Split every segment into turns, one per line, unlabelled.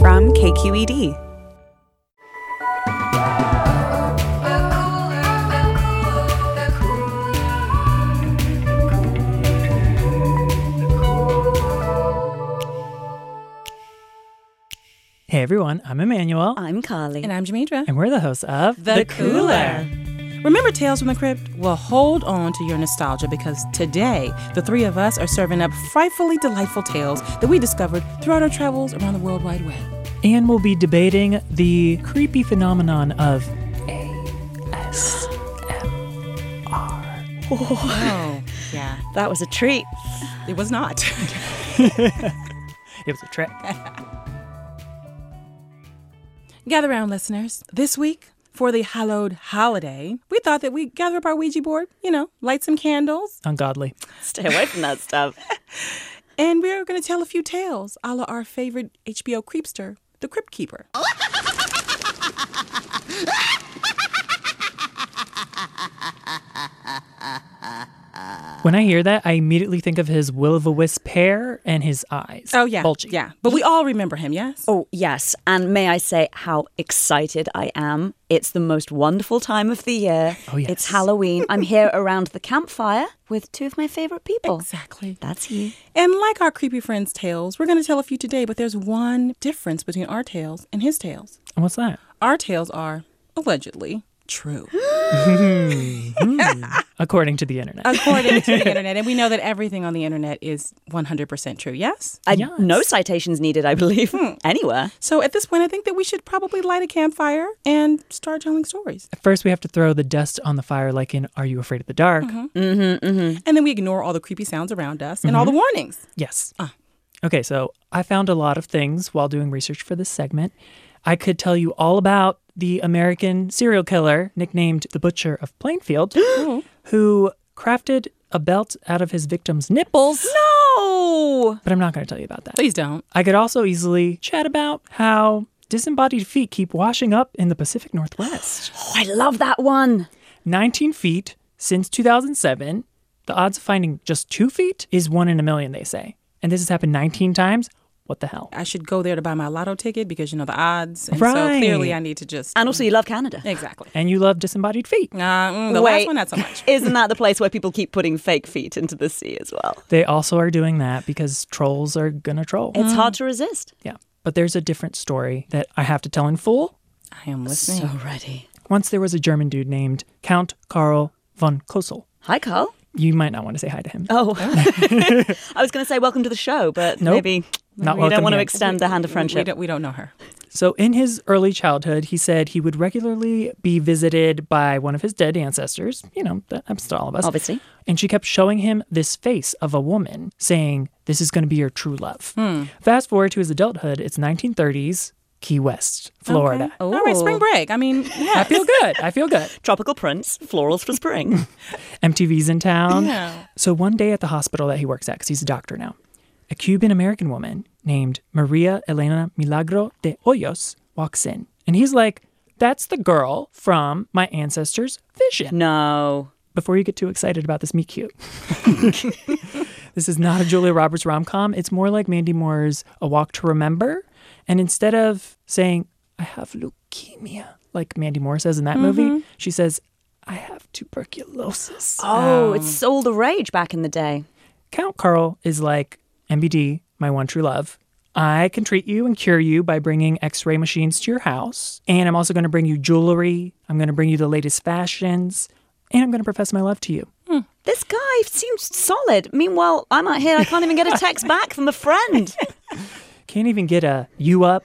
from
E
KQED.
Hey everyone, I'm Emmanuel,
Uh,
I'm Carly.
And I'm Jamidra.
and we're the hosts of
Remember Tales from the Crypt? Well, hold on to your nostalgia because today the three of us are serving up frightfully delightful tales that we discovered throughout our travels around the World Wide Web.
And we'll be debating the creepy phenomenon of
Oh, yeah.
That was a treat.
It was not.
it was a trick.
gather around, listeners. This week, for the hallowed holiday, we thought that we'd gather up our Ouija board, you know, light some candles,
Ungodly.
Stay away from that stuff.
and we're going to tell a few tales a la our favorite HBO creepster, the Crypt Keeper.
When I hear that, I immediately think of his will o' the wisp hair and his eyes.
Oh, yeah.
Bulgy.
Yeah. But we all remember him, yes?
Oh, yes. And may I say how excited I am? It's the most wonderful time of the year.
Oh, yes.
It's Halloween. I'm here around the campfire with two of my favorite people.
Exactly.
That's you.
And like our creepy friends' tales, we're going to tell a few today, but there's one difference between our tales and his tales.
And what's that?
Our tales are allegedly true,
According to the
Uh,
internet.
according to the internet. And we know that everything on the internet is 100% true, yes?
I,
Yes.
No citations needed, I believe, anywhere.
So at this point, I think that we should probably light a campfire and start telling stories.
First, we have to throw the dust on the fire, like in Are You Afraid of the Dark?
And then we ignore all the creepy sounds around us and all
Mm-hmm.
the warnings.
Yes. Okay, so I found a lot of things while doing research for this segment. I could tell you all about the American serial killer nicknamed the Butcher of Plainfield, who crafted a belt out of his victim's nipples,
No!
but I'm not going to tell you about that.
Please don't.
I could also easily chat about how disembodied feet keep washing up in the Pacific Northwest.
Oh, I love that one.
19 feet since 2007. The odds of finding just two feet is one in a million, they say. And this has happened 19 times. What the hell?
I should go there to buy my lotto ticket because you know the odds. And
Right.
so clearly I need to just.
And also, you love Canada.
exactly.
And you love disembodied feet.
Uh, mm, the
Wait.
last one, not so much.
Isn't that the place where people keep putting fake feet into the sea as well?
They also are doing that because trolls are gonna troll.
It's hard to resist.
Yeah. But there's a different story that I have to tell in full.
I am listening.
So ready.
Once there was a German dude named Count Karl von Kosel.
Hi, Carl.
You might not want to say hi to him.
Oh, I was going to say welcome to the show, but
Nope.
maybe
Not
we don't
welcome
want to
here.
extend the hand of
We-
friendship.
We don't, we don't know her.
So, in his early childhood, he said he would regularly be visited by one of his dead ancestors. You know, that happens to all of us.
Obviously.
And she kept showing him this face of a woman saying, This is going to be your true love. Fast forward to his adulthood, it's 1930s, Key West, Florida.
All right, spring
Ooh.
break. I mean,
I
yeah.
feel good. I feel good.
Tropical Prince, florals for spring.
MTV's in town.
Yeah.
So one day at the hospital that he works at, because he's a doctor now, a Cuban American woman named Maria Elena Milagro de Hoyos walks in. And he's like, That's the girl from my ancestor's vision.
no.
Before you get too excited about this, meet cute. this is not a Julia Roberts rom com. It's more like Mandy Moore's A Walk to Remember. And instead of saying, I have leukemia, like Mandy Moore says in that movie, she says, I have tuberculosis.
Oh, it's all the rage back in the day.
Count Carl is like, MBD, my one true love. I can treat you and cure you by bringing x ray machines to your house. And I'm also going to bring you jewelry. I'm going to bring you the latest fashions. And I'm going to profess my love to you.
This guy seems solid. Meanwhile, I'm out here. I can't even get a text back from a friend.
Can't even get a you up.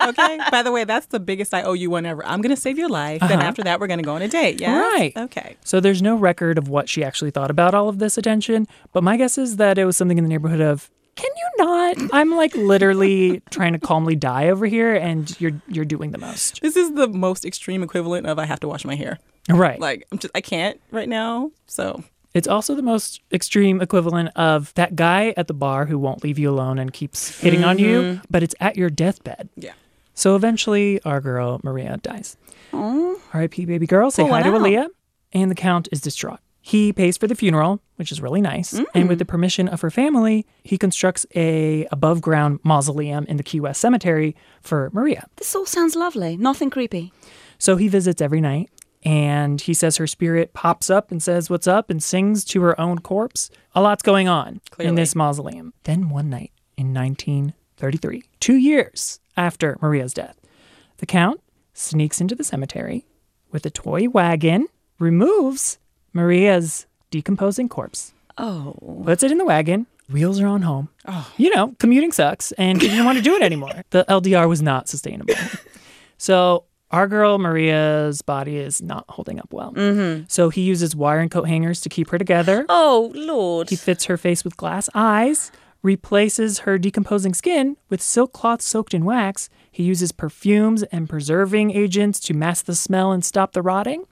Okay. By the way, that's the biggest I owe you one ever. I'm going to save your life. Then after that, we're going to go on a date. Yeah.
Right.
Okay.
So there's no record of what she actually thought about all of this attention. But my guess is that it was something in the neighborhood of, can you not? I'm like literally trying to calmly die over here and you're you're doing the most.
This is the most extreme equivalent of I have to wash my hair.
Right.
Like I'm just I can't right now. So
It's also the most extreme equivalent of that guy at the bar who won't leave you alone and keeps hitting on you, but it's at your deathbed.
yeah.
So eventually, our girl Maria dies. R.I.P. Baby girl. Say
Poor
hi to
one out.
Aaliyah. And the Count is distraught. He pays for the funeral, which is really nice. And with the permission of her family, he constructs a above ground mausoleum in the Key West Cemetery for Maria.
This all sounds lovely. Nothing creepy.
So he visits every night and he says her spirit pops up and says what's up and sings to her own corpse. A lot's going on in
Clearly.
this mausoleum. Then one night in 1933, two years after Maria's death, the Count sneaks into the cemetery with a toy wagon, removes Maria's decomposing corpse,
Oh.
puts it in the wagon, wheels her on home. You know, commuting sucks and she didn't want to do it anymore. The LDR was not sustainable. so our girl Maria's body is not holding up well. Mm-hmm. So he uses wire and coat hangers to keep her together.
Oh, Lord.
He fits her face with glass eyes, replaces her decomposing skin with silk cloth soaked in wax. He uses perfumes and preserving agents to mask the smell and stop the rotting.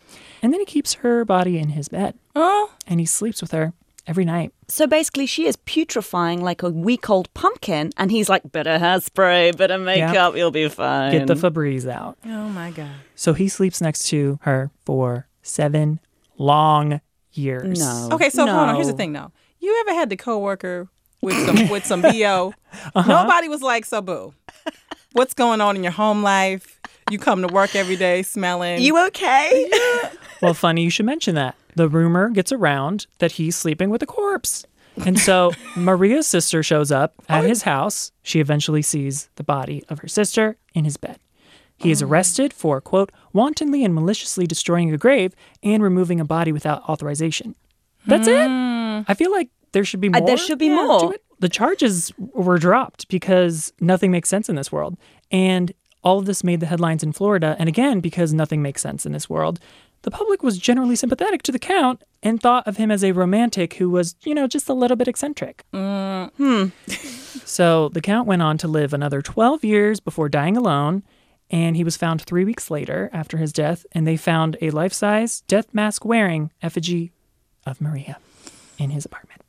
And then he keeps her body in his bed
Oh,
and he sleeps with her every night.
So basically, she is putrefying like a week old pumpkin, and he's like, better hairspray, better makeup, you'll be fine.
Get the Febreze out.
oh my God.
So he sleeps next to her for seven long years.
No.
Okay, so hold on. Here's the
No.
thing, though. You ever had the coworker with some with some bo? Nobody was like, "So boo, what's going on in your home life? You come to work every day smelling."
you okay?
Well, funny you should mention that. The rumor gets around that he's sleeping with a corpse. And so Maria's sister shows up at his house. She eventually sees the body of her sister in his bed. He
Oh.
is arrested for, quote, wantonly and maliciously destroying a grave and removing a body without authorization. That's it. I feel like there should be
Hmm. Uh,
more.
there should be
to
more.
it. The charges were dropped because nothing makes sense in this world. And all of this made the headlines in Florida. And again, because nothing makes sense in this world, the public was generally sympathetic to the Count and thought of him as a romantic who was, you know, just a little bit eccentric. So the Count went on to live another 12 years before dying alone. And he was found three weeks later after his death. And they found a life size death mask wearing effigy of Maria in his apartment.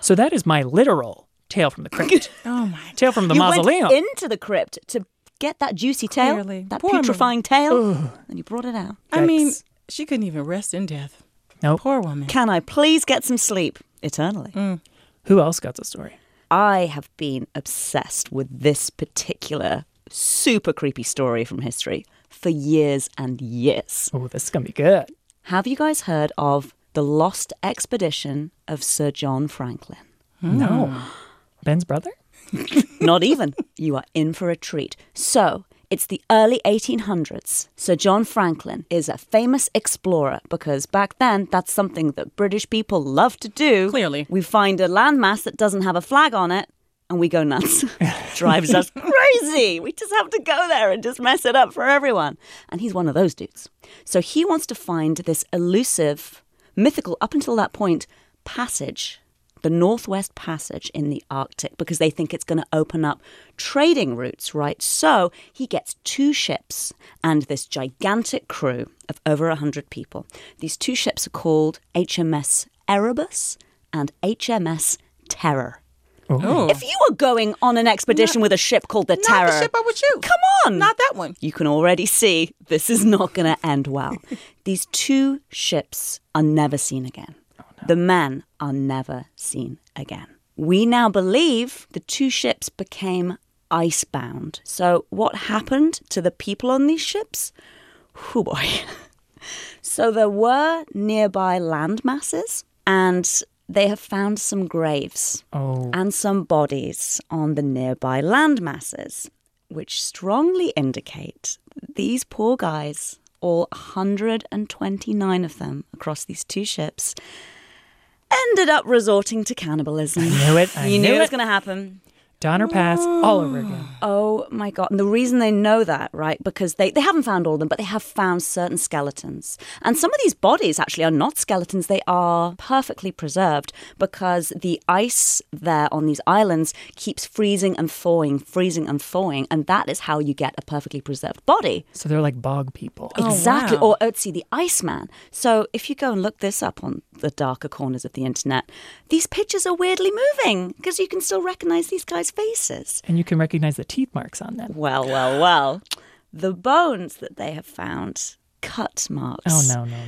So that is my literal tale from the crypt.
Oh my.
tale from the
you
mausoleum.
went into the crypt to get that juicy tail,
Clearly.
that
Poor
putrefying tail, and you brought it out.
I mean,
Yikes.
she couldn't even rest in death.
Nope.
Poor woman.
Can I please get some sleep eternally?
Mm.
Who else got the story?
I have been obsessed with this particular super creepy story from history for years and years.
Oh, this is going to be good.
Have you guys heard of the lost expedition of Sir John Franklin?
No. Ben's brother?
Not even. You are in for a treat. So, it's the early 1800s. Sir John Franklin is a famous explorer because back then that's something that British people love to do.
Clearly.
We find a landmass that doesn't have a flag on it and we go nuts. Drives us crazy. We just have to go there and just mess it up for everyone. And he's one of those dudes. So, he wants to find this elusive, mythical, up until that point, passage the Northwest Passage in the Arctic because they think it's going to open up trading routes, right? So he gets two ships and this gigantic crew of over 100 people. These two ships are called HMS Erebus and HMS Terror.
Oh,
If you were going on an expedition with a ship called the
not
Terror,
the ship I would shoot.
come on!
Not that one.
you can already see this is not going to end well. These two ships are never seen again. The men are never seen again. We now believe the two ships became icebound. So, what happened to the people on these ships? Whoo boy. So there were nearby land masses, and they have found some graves
Oh.
and some bodies on the nearby land masses, which strongly indicate these poor guys, all 129 of them across these two ships, ended up resorting to cannibalism.
Knew it. I
you knew,
knew
it was
it.
going to happen.
Donner Pass all over again.
Oh my God. And the reason they know that, right? Because they, they haven't found all of them, but they have found certain skeletons. And some of these bodies actually are not skeletons, they are perfectly preserved because the ice there on these islands keeps freezing and thawing, freezing and thawing. And that is how you get a perfectly preserved body.
So they're like bog people.
Oh. Exactly.
wow.
Or Otzi the Iceman. So if you go and look this up on the darker corners of the internet, these pictures are weirdly moving because you can still recognize these guys' faces.
And you can recognize the teeth marks on them.
Well, well, well. The bones that they have found, cut marks.
Oh, no, no, no.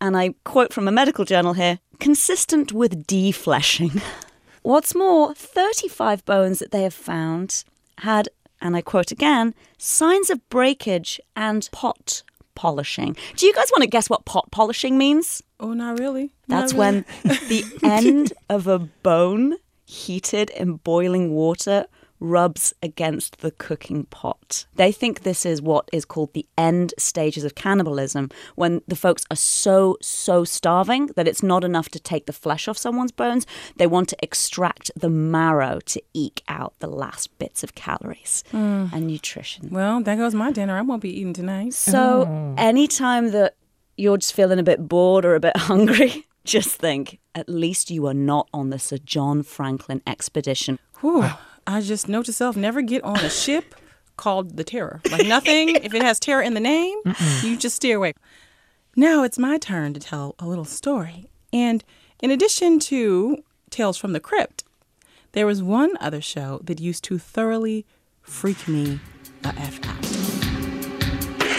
and I quote from a medical journal here consistent with defleshing. What's more, 35 bones that they have found had, and I quote again, signs of breakage and pot polishing. Do you guys want to guess what pot polishing means?
Oh, not really.
That's when the end of a bone heated in boiling water rubs against the cooking pot. They think this is what is called the end stages of cannibalism, when the folks are so, so starving that it's not enough to take the flesh off someone's bones. They want to extract the marrow to eke out the last bits of calories and nutrition.
Well, there goes my dinner. I won't be eating tonight.
So anytime that you're just feeling a bit bored or a bit hungry, just think, at least you are not on the Sir John Franklin expedition.
Whew. I just note to self never get on a ship called the Terror. Like nothing, if it has terror in the name, you just steer away. Now it's my turn to tell a little story. And in addition to Tales from the Crypt, there was one other show that used to thoroughly freak me the F out.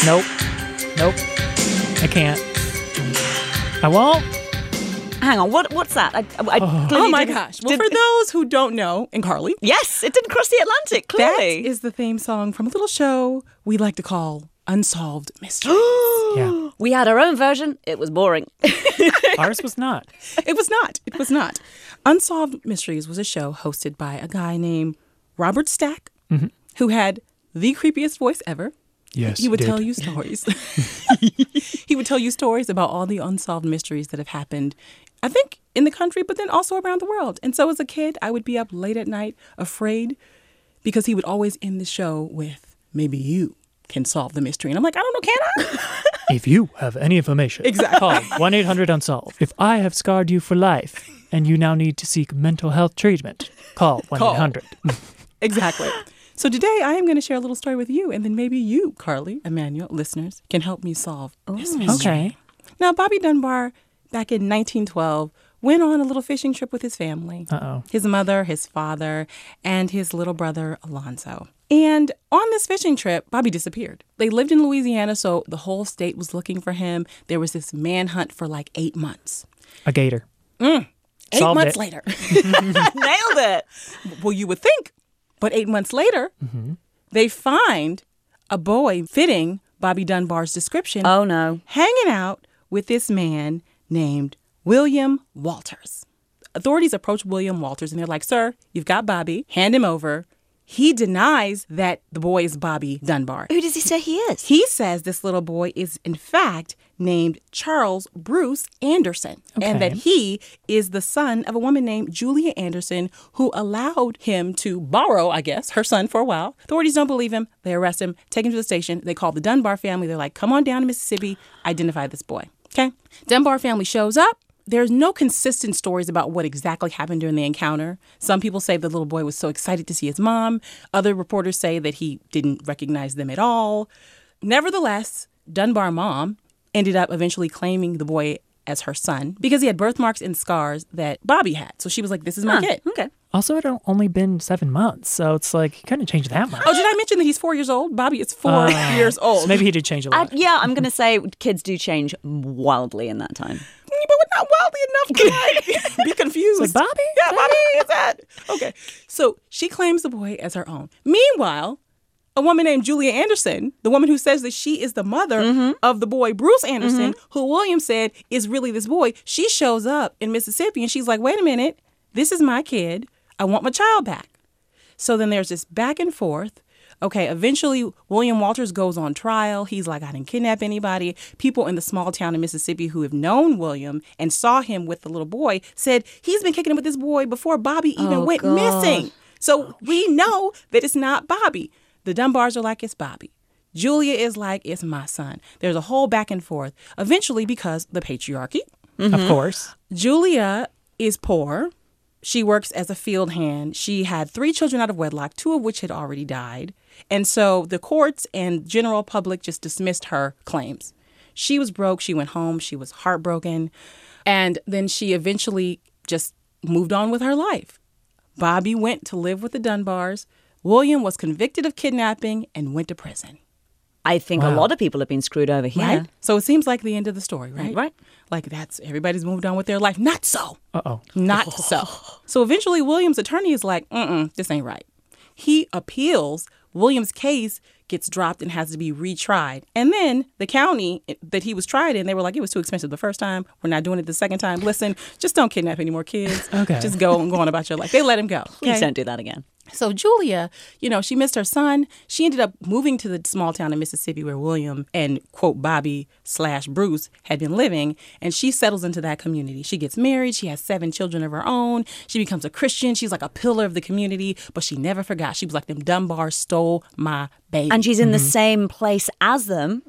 Nope. Nope. I can't. I won't.
Hang on, what what's that? I, I clearly
Oh my
didn't-
gosh. Well,
did-
for those who don't know, and Carly,
yes, it didn't cross the Atlantic,
that
clearly.
is the theme song from a little show we like to call Unsolved Mysteries.
Yeah.
we had our own version. It was boring.
Ours was not.
it was not. It was not. Unsolved Mysteries was a show hosted by a guy named Robert Stack, who had the creepiest voice ever.
Yes,
He would
he
tell
did.
you stories. he would tell you stories about all the unsolved mysteries that have happened, I think, in the country, but then also around the world. And so as a kid, I would be up late at night, afraid, because he would always end the show with, maybe you can solve the mystery. And I'm like, I don't know, can I?
If you have any information, exactly. call 1 800 Unsolved. If I have scarred you for life and you now need to seek mental health treatment, call 1 800.
Exactly. So today I am going to share a little story with you, and then maybe you, Carly, Emmanuel, listeners, can help me solve this mystery.
Oh. Okay.
Now, Bobby Dunbar, back in 1912, went on a little fishing trip with his family
Uh oh.
his mother, his father, and his little brother, Alonzo. And on this fishing trip, Bobby disappeared. They lived in Louisiana, so the whole state was looking for him. There was this manhunt for like eight months.
A gator.
Eight
Solved
months
it.
later.
Nailed it.
Well, you would think. But eight months later, they find a boy fitting Bobby Dunbar's description
Oh no.
hanging out with this man named William Walters. Authorities approach William Walters and they're like, Sir, you've got Bobby, hand him over. He denies that the boy is Bobby Dunbar.
Who does he say he is?
He says this little boy is, in fact, named Charles Bruce Anderson, and that he is the son of a woman named Julia Anderson who allowed him to borrow, I guess, her son for a while. Authorities don't believe him. They arrest him, take him to the station. They call the Dunbar family. They're like, come on down to Mississippi, identify this boy. Okay? Dunbar family shows up. There's no consistent stories about what exactly happened during the encounter. Some people say the little boy was so excited to see his mom. Other reporters say that he didn't recognize them at all. Nevertheless, Dunbar mom ended up eventually claiming the boy as her son because he had birthmarks and scars that Bobby had. So she was like, This is my kid.
Okay.
Also, it had only been seven months, so it's like he couldn't change that much.
Oh, did I mention that he's four years old? Bobby is four
Uh,
years old.
So maybe he did change a
I,
lot.
yeah, I'm gonna say kids do change wildly in that time.
but we're not wildly enough to like, be confused.
It's like, Bobby?
Yeah, Bobby is that. Okay. So she claims the boy as her own. Meanwhile, a woman named Julia Anderson, the woman who says that she is the mother of the boy Bruce Anderson, who William said is really this boy, she shows up in Mississippi and she's like, wait a minute, this is my kid. I want my child back. So then there's this back and forth. Okay, eventually William Walters goes on trial. He's like, I didn't kidnap anybody. People in the small town in Mississippi who have known William and saw him with the little boy said he's been kicking it with this boy before Bobby even
Oh,
went
God.
missing. So we know that it's not Bobby. The Dunbars are like, it's Bobby. Julia is like, it's my son. There's a whole back and forth. Eventually, because the patriarchy,
Of
Mm-hmm.
course.
Julia is poor. She works as a field hand. She had three children out of wedlock, two of which had already died. And so the courts and general public just dismissed her claims. She was broke. She went home. She was heartbroken. And then she eventually just moved on with her life. Bobby went to live with the Dunbars. William was convicted of kidnapping and went to prison.
I think a
Wow.
lot of people have been screwed over here.
Right? So it seems like the end of the story, right?
Right.
Like that's everybody's moved on with their life. Not so.
Uh oh.
Not so. So eventually, Williams' attorney is like, mm mm, this ain't right. He appeals. Williams' case gets dropped and has to be retried. And then the county that he was tried in, they were like, it was too expensive the first time. We're not doing it the second time. Listen, just don't kidnap any more kids.
Okay.
Just go and go on about your life. They let him go.
Please
okay?
don't do that again.
So Julia, you know, she missed her son. She ended up moving to the small town in Mississippi where William and quote Bobby slash Bruce had been living, and she settles into that community. She gets married. She has seven children of her own. She becomes a Christian. She's like a pillar of the community, but she never forgot. She was like, "Them Dunbar stole my baby."
And she's in the same place as them.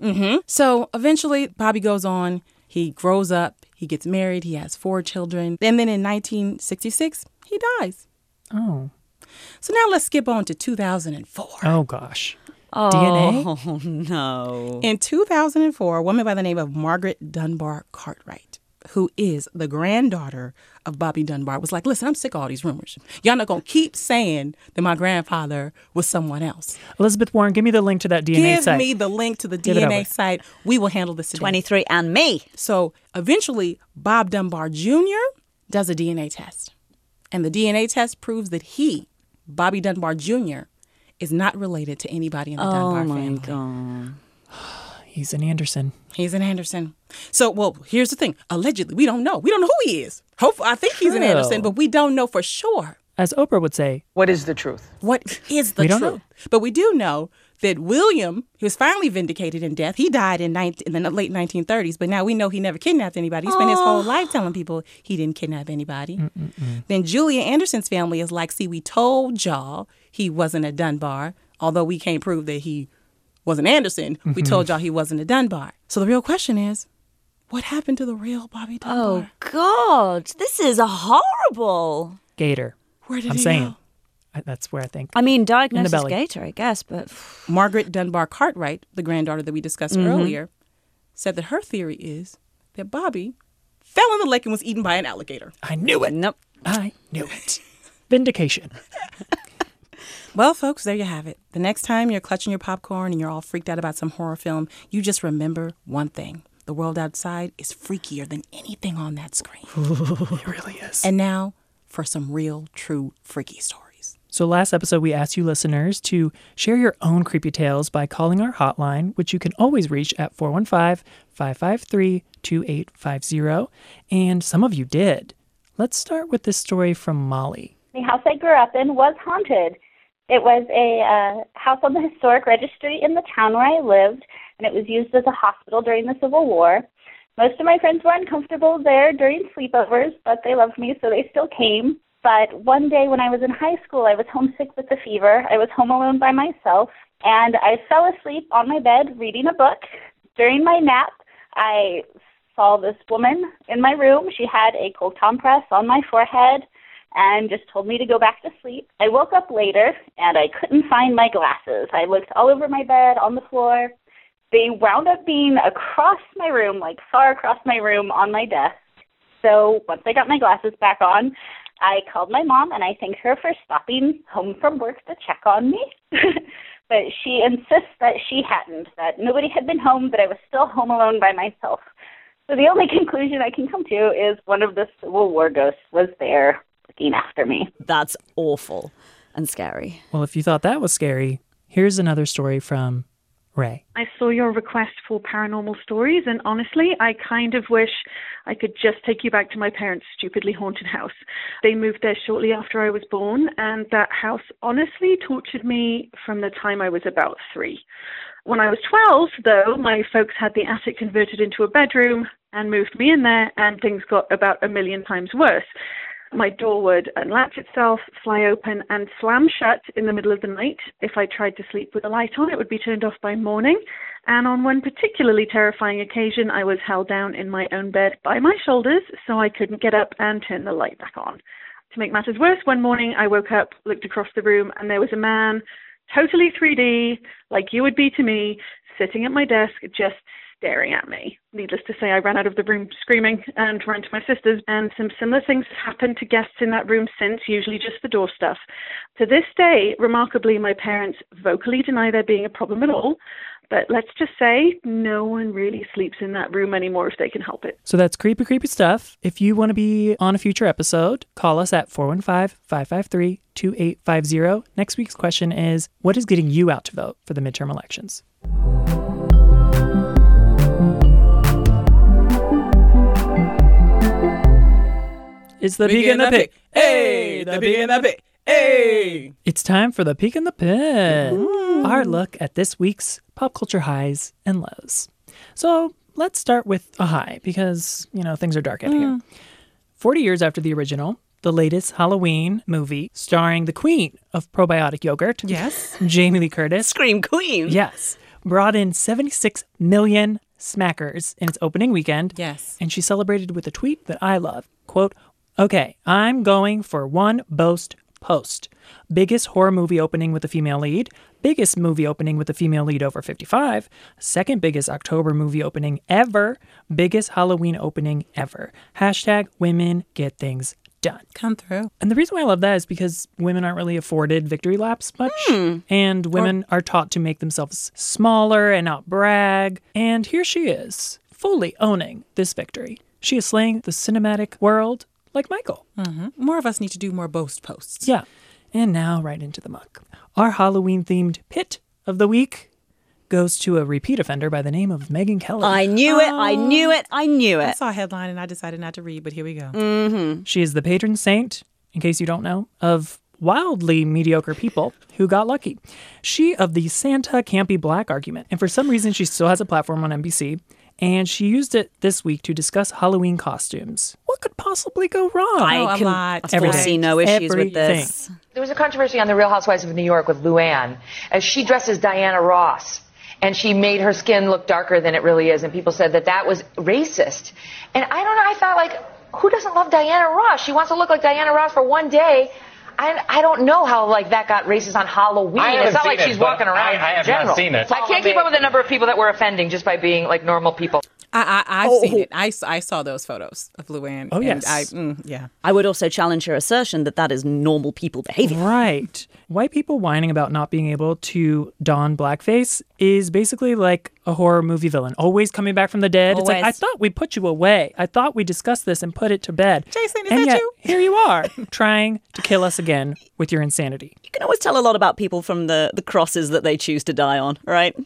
So eventually, Bobby goes on. He grows up. He gets married. He has four children. And then in 1966, he dies.
Oh.
So now let's skip on to 2004.
Oh gosh. DNA.
Oh no.
In 2004, a woman by the name of Margaret Dunbar Cartwright, who is the granddaughter of Bobby Dunbar, was like, Listen, I'm sick of all these rumors. Y'all not gonna keep saying that my grandfather was someone else.
Elizabeth Warren, give me the link to that DNA
Give
site.
me the link to the
it
DNA
over.
site. We will handle this today.
23 and me.
So eventually, Bob Dunbar Jr. does a DNA test. And the DNA test proves that he, Bobby Dunbar Jr., is not related to anybody in the
Oh
Dunbar family.
god.
He's an Anderson.
He's an Anderson. So, well, here's the thing. Allegedly, we don't know. We don't know who he is. Hopefully, I think he's an
True.
Anderson, but we don't know for sure
As Oprah would say,
What is the truth?
what is the
We don't
truth. But we do know that William, he was finally vindicated in death. He died in, 19, in the late 1930s, but now we know he never kidnapped anybody. He spent his whole life telling people he didn't kidnap anybody. Then Julia Anderson's family is like, see, we told y'all he wasn't a Dunbar, although we can't prove that he was an Anderson. We told y'all he wasn't a Dunbar. So the real question is, what happened to the real Bobby Dunbar?
Oh god. This is horrible.
Gator.
Where did
I'm
he
saying.
go?
I- That's where I think.
I mean, diagnosis
belly.
gator, I guess, but
Margaret Dunbar Cartwright, the granddaughter that we discussed earlier, said that her theory is that Bobby fell in the lake and was eaten by an alligator.
I knew it.
nope.
I knew it. Vindication.
Well, folks, there you have it. The next time you're clutching your popcorn and you're all freaked out about some horror film, you just remember one thing the world outside is freakier than anything on that screen.
It really is.
and now for some real, true, freaky stories.
So, last episode, we asked you listeners to share your own creepy tales by calling our hotline, which you can always reach at 415 553 2850. And some of you did. Let's start with this story from Molly.
The house I grew up in was haunted. It was a uh, house on the historic registry in the town where I lived, and it was used as a hospital during the Civil War. Most of my friends were uncomfortable there during sleepovers, but they loved me, so they still came. But one day when I was in high school, I was homesick with the fever. I was home alone by myself, and I fell asleep on my bed reading a book. During my nap, I saw this woman in my room. She had a cold compress on my forehead and just told me to go back to sleep. I woke up later and I couldn't find my glasses. I looked all over my bed, on the floor. They wound up being across my room, like far across my room on my desk. So once I got my glasses back on, I called my mom and I thanked her for stopping home from work to check on me. but she insists that she hadn't, that nobody had been home, that I was still home alone by myself. So the only conclusion I can come to is one of the Civil War ghosts was there looking after me.
That's awful and scary.
Well, if you thought that was scary, here's another story from Ray.
I saw your request for paranormal stories, and honestly, I kind of wish I could just take you back to my parents' stupidly haunted house. They moved there shortly after I was born, and that house honestly tortured me from the time I was about three. When I was 12, though, my folks had the attic converted into a bedroom and moved me in there, and things got about a million times worse. My door would unlatch itself, fly open, and slam shut in the middle of the night. If I tried to sleep with the light on, it would be turned off by morning. And on one particularly terrifying occasion, I was held down in my own bed by my shoulders, so I couldn't get up and turn the light back on. To make matters worse, one morning I woke up, looked across the room, and there was a man, totally 3D, like you would be to me, sitting at my desk, just staring at me. Needless to say, I ran out of the room screaming and ran to my sister's, and some similar things have happened to guests in that room since, usually just the door stuff. To this day, remarkably, my parents vocally deny there being a problem at all, But let's just say no one really sleeps in that room anymore if they can help it.
So that's creepy, creepy stuff. If you want to be on a future episode, call us at 415 553 2850. Next week's question is What is getting you out to vote for the midterm elections? It's the peek in the pick. Hey, the peek in the pick. Hey. It's time for the peek in the pit. Our look at this week's pop culture highs and lows. So let's start with a high because, you know, things are dark out here. 40 years after the original, the latest Halloween movie starring the queen of probiotic yogurt,
Yes.
Jamie Lee Curtis,
Scream Queen.
yes, brought in 76 million smackers in its opening weekend.
Yes.
And she celebrated with a tweet that I love. Quote, okay, I'm going for one boast post. Biggest horror movie opening with a female lead, biggest movie opening with a female lead over 55, second biggest October movie opening ever, biggest Halloween opening ever. Hashtag women get things done.
Come through.
And the reason why I love that is because women aren't really afforded victory laps much, and women are taught to make themselves smaller and not brag. And here she is, fully owning this victory. She is slaying the cinematic world like Michael.
More of us need to do more boast posts.
Yeah. And now right into the muck. Our Halloween themed pit of the week goes to a repeat offender by the name of Megan Kelly.
I knew it. I knew it. I knew
I
it.
saw a headline and I decided not to read, but here we go.
She is the patron saint, in case you don't know, of wildly mediocre people who got lucky. She of the Santa can't be black argument. And for some reason, she still has a platform on NBC. And she used it this week to discuss Halloween costumes. What could possibly go wrong?
a
I can
lot.
foresee no issues with this.
Everything.
There was a controversy on The Real Housewives of New York with Luann, as she dresses Diana Ross, and she made her skin look darker than it really is, and people said that that was racist. And I don't know, I felt like, who doesn't love Diana Ross? She wants to look like Diana Ross for one day. I, I don't know how like that got racist on Halloween.
I haven't
it's not
seen
like
it,
she's
but
walking around.
I- I
in
have not
general.
seen it.
I can't keep up with the number of people that we're offending just by being like normal people.
I, I, I've seen it. I, s- I saw those photos of Luann.
Oh,
and
yes.
I, mm, yeah.
I would also challenge her assertion that that is normal people behavior.
Right. White people whining about not being able to don blackface is basically like a horror movie villain, always coming back from the dead. It's like, I
Always.
thought we put you away. I thought we discussed this and put it to bed.
Jason, is
and
that
yet,
you?
Here you are, trying to kill us again with your insanity.
You can always tell a lot about people from the, the crosses that they choose to die on, right?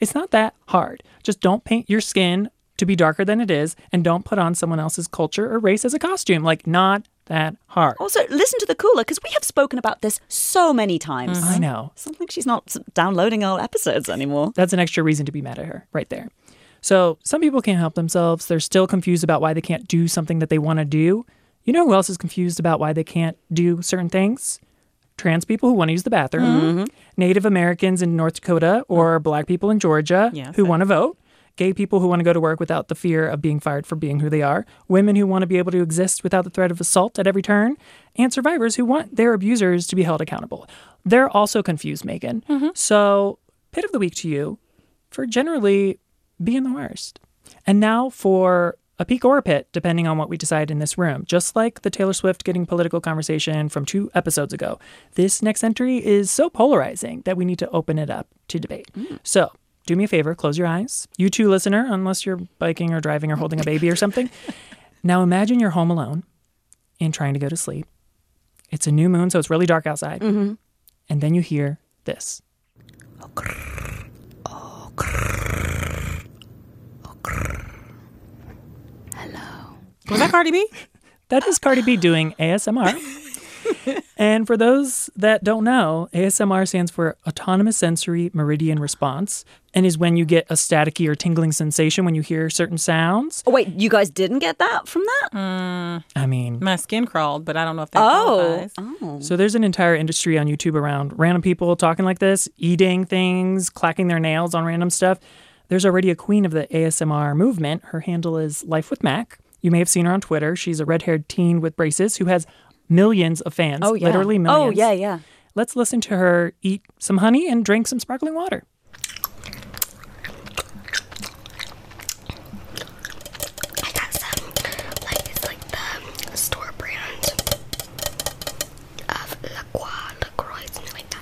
It's not that hard. Just don't paint your skin to be darker than it is and don't put on someone else's culture or race as a costume. Like, not that hard.
Oh,
Also, listen to the cooler because we have spoken about this so many times.
I know.
Something she's not s- downloading our episodes anymore.
That's an extra reason to be mad at her right there. So, some people can't help themselves. They're still confused about why they can't do something that they want to do. You know who else is confused about why they can't do certain things? Trans people who want to use the bathroom, Native Americans in North Dakota, or black people in Georgia
Yeah,
who want to vote, gay people who want to go to work without the fear of being fired for being who they are, women who want to be able to exist without the threat of assault at every turn, and survivors who want their abusers to be held accountable. They're also confused, Megan. So, pit of the week to you for generally being the worst. And now for a peak or a pit, depending on what we decide in this room. Just like the Taylor Swift getting political conversation from two episodes ago, this next entry is so polarizing that we need to open it up to debate. So, do me a favor, close your eyes. You too, listener, unless you're biking or driving or holding a baby or something. Now imagine you're home alone and trying to go to sleep. It's a new moon, so it's really dark outside. And then you hear this.
Was that Cardi B?
That is Cardi B doing ASMR. and for those that don't know, ASMR stands for Autonomous Sensory Meridian Response and is when you get a staticky or tingling sensation when you hear certain sounds.
Oh, wait, you guys didn't get that from that?
Mm. I mean,
My skin crawled, but I don't know if that
oh.
qualifies.
oh.
so there's an entire industry on YouTube around random people talking like this, eating things, clacking their nails on random stuff. There's already a queen of the ASMR movement. Her handle is Life with Mac. You may have seen her on Twitter. She's a red haired teen with braces who has millions of fans.
Oh, yeah.
Literally millions.
Oh, yeah, yeah.
Let's listen to her eat some honey and drink some sparkling water.
I got some, like, it's like the store brand of La Croix, La Croix, something like that.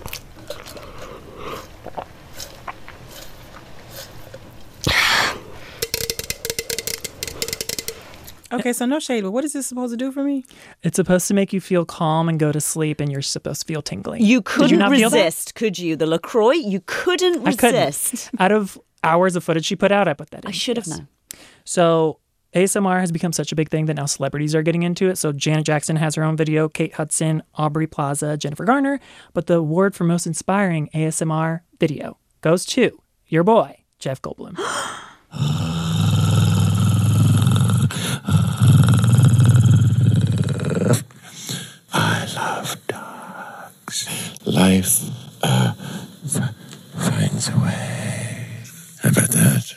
Okay, so no shade, but what is this supposed to do for me?
It's supposed to make you feel calm and go to sleep, and you're supposed to feel tingling.
You
Did you
couldn't
not feel that?
resist, could you? The LaCroix, you couldn't
I couldn't.
resist.
Out of hours of footage she put out, I put that in.
I should have known.
So ASMR has become such a big thing that now celebrities are getting into it. So Janet Jackson has her own video, Kate Hudson, Aubrey Plaza, Jennifer Garner. But the award for most inspiring ASMR video goes to your boy, Jeff Goldblum.
Life uh, f- finds a way. How about that?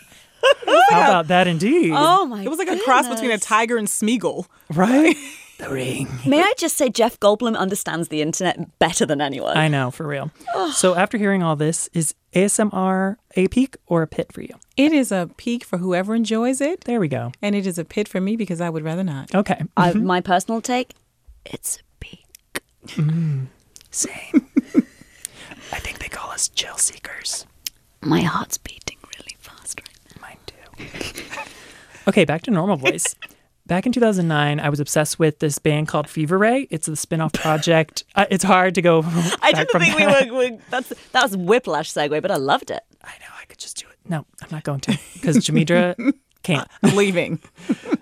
How about that, indeed?
Oh my!
It was like a cross between a tiger and Smeagol.
Right? the ring.
May I just say, Jeff Goldblum understands the internet better than anyone.
I know, for real. so after hearing all this, is ASMR a peak or a pit for you?
It is a peak for whoever enjoys it,
There we go.
and it is a pit for me because I would rather not.
Okay.
I, my personal take, it's a peak.
Same. I think they call us chill seekers.
My heart's beating really fast right now.
Mine too. okay, back to normal voice. Back in 2009, I was obsessed with this band called Fever Ray. It's a spin-off project. uh, it's hard to go.
I
back
didn't
from
think
that.
we were. we that's that was whiplash segue, but I loved it.
I know I could just do it. No, I'm not going to because Jamidra can't.
I'm leaving.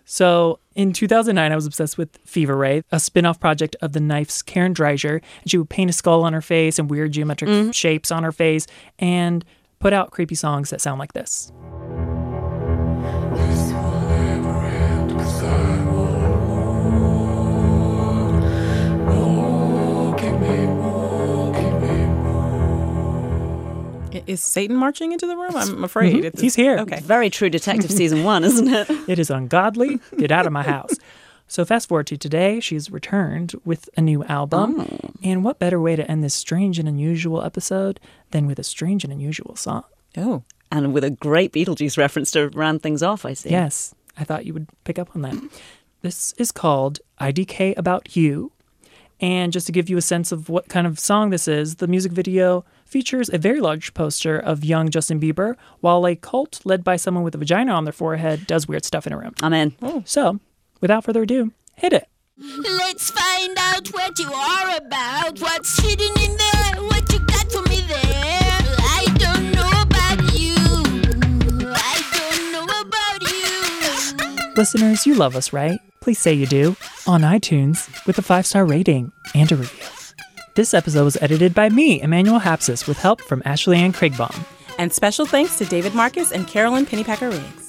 So in 2009, I was obsessed with Fever Ray, a spin off project of the Knife's Karen Dreiser. And she would paint a skull on her face and weird geometric shapes on her face and put out creepy songs that sound like this.
I- Is Satan marching into the room? I'm afraid. It's,
Mm-hmm. He's here.
Okay.
Very True Detective season one, isn't it?
It is ungodly. Get out of my house. So fast forward to today, she's returned with a new album. And what better way to end this strange and unusual episode than with a strange and unusual song?
Oh,
And with a great Beetlejuice reference to round things off, I see.
Yes, I thought you would pick up on that. This is called IDK About You. And just to give you a sense of what kind of song this is, the music video features a very large poster of young Justin Bieber, while a cult led by someone with a vagina on their forehead does weird stuff in a room.
I'm in.
So, without further ado, hit it.
Let's find out what you are about. What's hidden in there? What you got for me there? I don't know about you. I don't know about you.
Listeners, you love us, right? Please say you do on iTunes with a five star rating and a review. This episode was edited by me, Emmanuel Hapsis, with help from Ashley Ann Craigbaum.
and special thanks to David Marcus and Carolyn Pennypacker Riggs.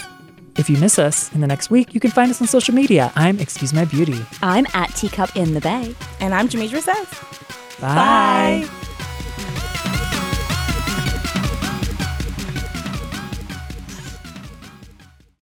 If you miss us in the next week, you can find us on social media. I'm Excuse My Beauty.
I'm at Teacup in the Bay.
And I'm Jamidra Seth.
Bye.
Bye.